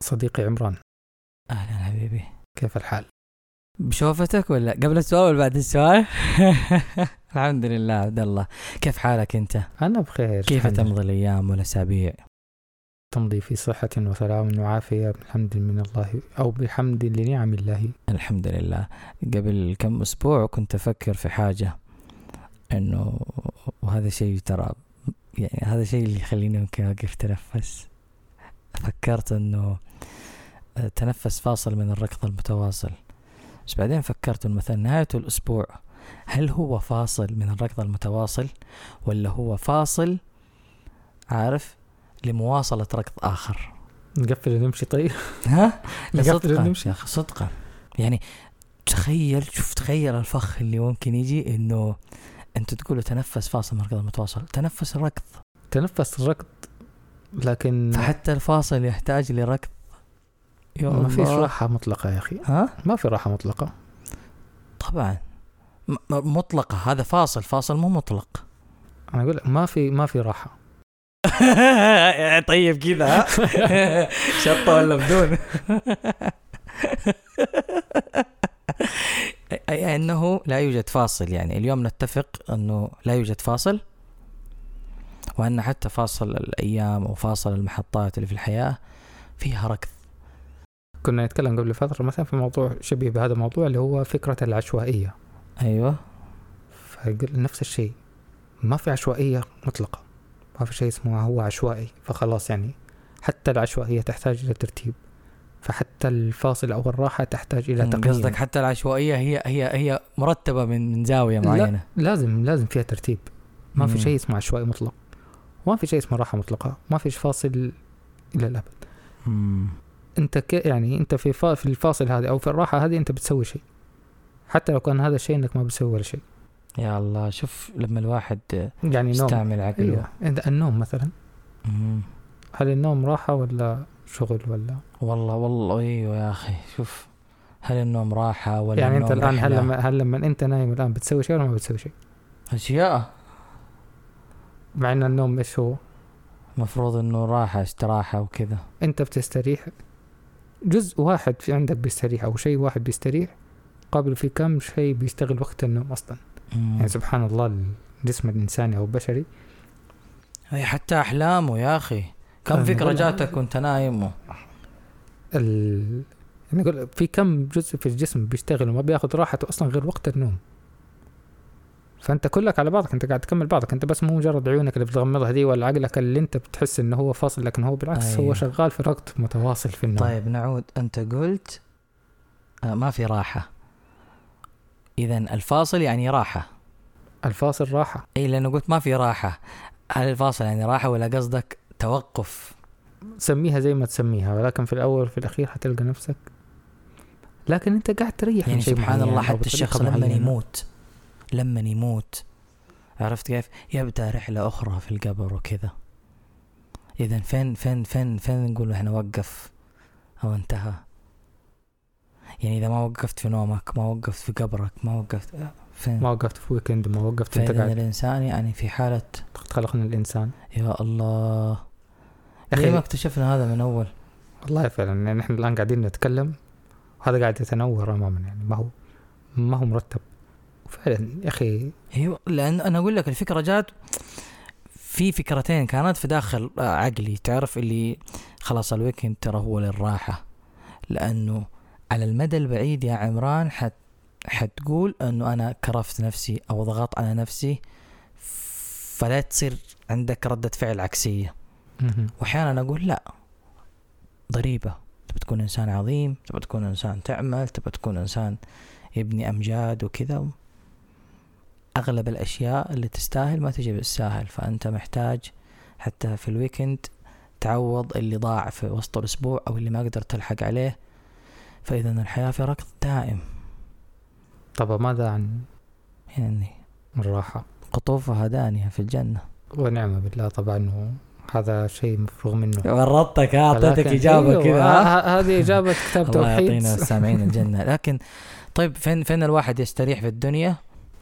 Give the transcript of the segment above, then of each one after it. صديقي عمران اهلا حبيبي كيف الحال؟ بشوفتك ولا قبل السؤال ولا بعد السؤال؟ الحمد لله عبد الله كيف حالك انت؟ أنا بخير كيف الحمد لله. تمضي الايام والاسابيع؟ تمضي في صحة وسلام وعافية بحمد من الله أو بحمد لنعم الله الحمد لله قبل كم اسبوع كنت افكر في حاجه انه وهذا شيء ترى يعني هذا الشيء اللي يخليني يمكن اوقف تنفس فكرت انه تنفس فاصل من الركض المتواصل بس بعدين فكرت انه مثلا نهايه الاسبوع هل هو فاصل من الركض المتواصل ولا هو فاصل عارف لمواصله ركض اخر نقفل ونمشي طيب ها؟ لا نقفل صدقا ونمشي. يا اخي صدقا يعني تخيل شوف تخيل الفخ اللي ممكن يجي انه انتوا تقولوا تنفس فاصل من الركض المتواصل تنفس الركض تنفس الركض لكن فحتى الفاصل يحتاج لركض يا ما فيش الله. راحة مطلقة يا أخي ها ما في راحة مطلقة طبعا م- م- مطلقة هذا فاصل فاصل مو مطلق أنا أقول لك ما في ما في راحة طيب كذا ها؟ شطة ولا بدون أي أنه لا يوجد فاصل يعني اليوم نتفق أنه لا يوجد فاصل وأن حتى فاصل الأيام وفاصل المحطات اللي في الحياة فيها ركض كنا نتكلم قبل فترة مثلا في موضوع شبيه بهذا الموضوع اللي هو فكرة العشوائية أيوه فقل نفس الشيء ما في عشوائية مطلقة ما في شيء اسمه هو عشوائي فخلاص يعني حتى العشوائية تحتاج إلى ترتيب فحتى الفاصل أو الراحة تحتاج إلى تقييم قصدك حتى العشوائية هي هي هي مرتبة من من زاوية معينة لازم لازم فيها ترتيب ما في مم. شيء اسمه عشوائي مطلق وما في شيء اسمه راحة مطلقة ما فيش فاصل إلى الأبد مم. أنت ك... يعني أنت في فا... في الفاصل هذا أو في الراحة هذه أنت بتسوي شيء حتى لو كان هذا الشيء أنك ما بتسوي ولا شيء يا الله شوف لما الواحد يعني نوم يستعمل عقله أيوه أنت- النوم مثلا مم. هل النوم راحة ولا شغل ولا والله والله ايوه يا اخي شوف هل النوم راحه ولا يعني انت النوم الان هل رحلة؟ لما هل لما انت نايم الان بتسوي شيء ولا ما بتسوي شيء؟ اشياء مع ان النوم ايش هو؟ مفروض انه راحه استراحه وكذا انت بتستريح جزء واحد في عندك بيستريح او شيء واحد بيستريح قابل في كم شيء بيشتغل وقت النوم اصلا مم. يعني سبحان الله الجسم الانساني او البشري أي حتى احلامه يا اخي كم أنا فكره أقول- جاتك وانت نايم نعم. و- ال... يعني أقول في كم جزء في الجسم بيشتغل وما بياخذ راحته اصلا غير وقت النوم فانت كلك على بعضك انت قاعد تكمل بعضك انت بس مو مجرد عيونك اللي بتغمضها دي ولا عقلك اللي انت بتحس انه هو فاصل لكن هو بالعكس أيوه. هو شغال في ركض متواصل في النوم طيب نعود انت قلت آه ما في راحه اذا الفاصل يعني راحه الفاصل راحة اي لانه قلت ما في راحه هل الفاصل يعني راحه ولا قصدك توقف سميها زي ما تسميها ولكن في الأول وفي الأخير حتلقى نفسك لكن أنت قاعد تريح من يعني شيء سبحان معين الله أو حتى بطريقة الشخص لما معينة. يموت لما يموت عرفت كيف يبدا رحله اخرى في القبر وكذا اذا فين فين فين فين نقول احنا وقف او انتهى يعني اذا ما وقفت في نومك ما وقفت في قبرك ما وقفت أه، فين ما وقفت في ويكند ما وقفت أنت فين قاعد الانسان يعني في حاله خلقنا الإنسان يا الله يا ليه ما أخي اكتشفنا هذا من اول والله فعلا يعني نحن الآن قاعدين نتكلم وهذا قاعد يتنور أمامنا يعني ما هو ما هو مرتب وفعلا يا أخي ايوه لان انا اقول لك الفكره جات في فكرتين كانت في داخل آه، عقلي تعرف اللي خلاص الويكند ترى هو للراحه لانه على المدى البعيد يا عمران حت حتقول انه انا كرفت نفسي او ضغطت على نفسي فلا تصير عندك رده فعل عكسيه مهم. واحيانا اقول لا ضريبه تبى تكون انسان عظيم تبى تكون انسان تعمل تبى تكون انسان يبني امجاد وكذا اغلب الاشياء اللي تستاهل ما تجي بالساهل فانت محتاج حتى في الويكند تعوض اللي ضاع في وسط الاسبوع او اللي ما قدرت تلحق عليه فاذا الحياه في ركض دائم طب ماذا عن يعني الراحة قطوفها دانيه في الجنه ونعم بالله طبعا هذا شيء مفروغ منه ورطتك ها ولكن- أيوة، ه- هذه إجابة كتاب الله توحيد يعطينا السامعين الجنه لكن طيب فين فين الواحد يستريح في الدنيا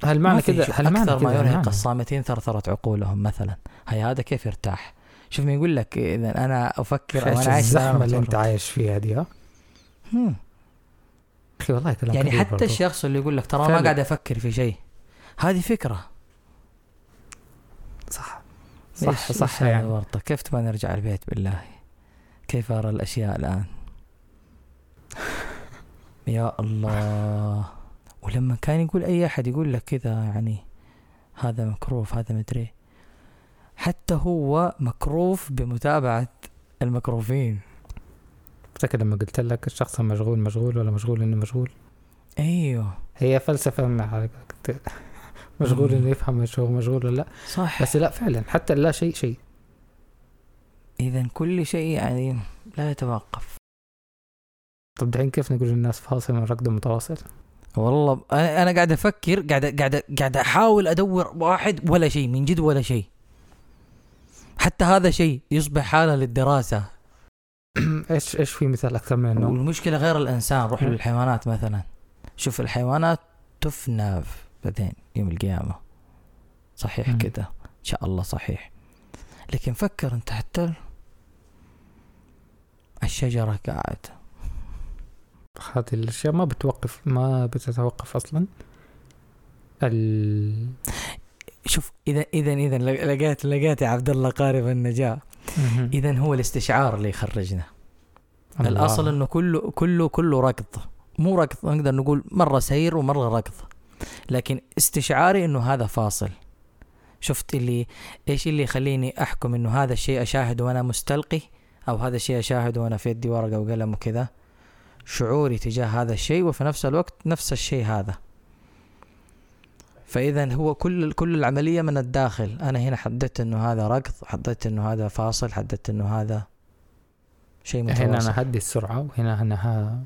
هل ما معنى في كذا شيء. هل معنى اكثر كذا نعم. ما معنى؟ يرهق الصامتين ثرثرت عقولهم مثلا هيا هذا كيف يرتاح شوف ما يقول لك اذا انا افكر او ايش انا عايش الزحمه أنا اللي انت أتورط. عايش فيها دي ها هم. اخي والله كلام يعني كبير حتى برضو. الشخص اللي يقول لك ترى ما فعلا. قاعد افكر في شيء هذه فكره صح إيش- صح إيش صح هذا يعني ورطة؟ كيف تبغى ارجع البيت بالله كيف ارى الاشياء الان يا الله ولما كان يقول اي احد يقول لك كذا يعني هذا مكروف هذا مدري حتى هو مكروف بمتابعة المكروفين افتكر لما قلت لك الشخص مشغول مشغول ولا مشغول انه مشغول ايوه هي فلسفه من حضرتك. مشغول مم. انه يفهم ايش هو مشغول ولا لا صح بس لا فعلا حتى لا شيء شيء اذا كل شيء يعني لا يتوقف طب دحين كيف نقول للناس فاصل من ركض متواصل؟ والله ب- انا انا قاعد افكر قاعد قاعد قاعد احاول ادور واحد ولا شيء من جد ولا شيء حتى هذا شيء يصبح حاله للدراسه ايش ايش في مثال اكثر من النوم؟ والمشكله غير الانسان روح مم. للحيوانات مثلا شوف الحيوانات تفنى بعدين يوم القيامه صحيح مم. كده ان شاء الله صحيح لكن فكر انت حتى ال- الشجره قاعد هذه الاشياء ما بتوقف ما بتتوقف اصلا ال شوف اذا اذا اذا لقيت لقيت يا عبد الله قارب النجاه اذا هو الاستشعار اللي يخرجنا الله. الاصل انه كله كله كله ركض مو ركض نقدر نقول مره سير ومره ركض لكن استشعاري انه هذا فاصل شفت اللي ايش اللي يخليني احكم انه هذا الشيء اشاهده وانا مستلقي او هذا الشيء اشاهده وانا في يدي ورقه وقلم وكذا شعوري تجاه هذا الشيء وفي نفس الوقت نفس الشيء هذا فاذا هو كل كل العمليه من الداخل انا هنا حددت انه هذا ركض حددت انه هذا فاصل حددت انه هذا شيء متواصل هنا انا هدي السرعه وهنا انا ها...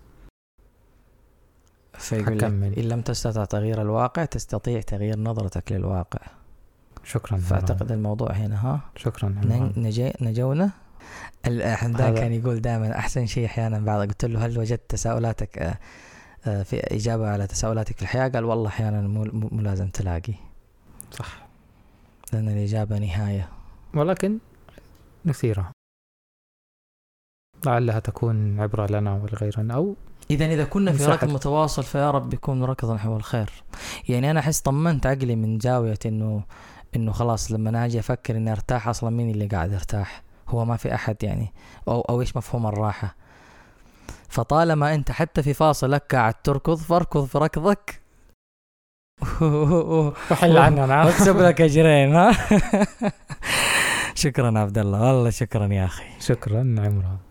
فيقول لك حكمل. ان لم تستطع تغيير الواقع تستطيع تغيير نظرتك للواقع شكرا فاعتقد عمران. الموضوع هنا ها شكرا نن- عمران. نجي نجونا ال- حمدان نعم. هذا- كان يقول دائما احسن شيء احيانا بعض قلت له هل وجدت تساؤلاتك آه، آه، في اجابه على تساؤلاتك في الحياه قال والله احيانا مو مو مو لازم تلاقي صح لان الاجابه نهايه ولكن نثيرها لعلها تكون عبره لنا ولغيرنا او اذا اذا كنا في مساحة. ركض متواصل فيا رب يكون ركضا حول الخير يعني انا احس طمنت عقلي من زاويه انه انه خلاص لما انا اجي افكر اني ارتاح اصلا مين اللي قاعد ارتاح؟ هو ما في احد يعني او او ايش مفهوم الراحه؟ فطالما انت حتى في فاصلك قاعد تركض فاركض في ركضك وحل عنها نعم واكسب لك اجرين ها شكرا عبد الله والله شكرا يا اخي شكرا عمران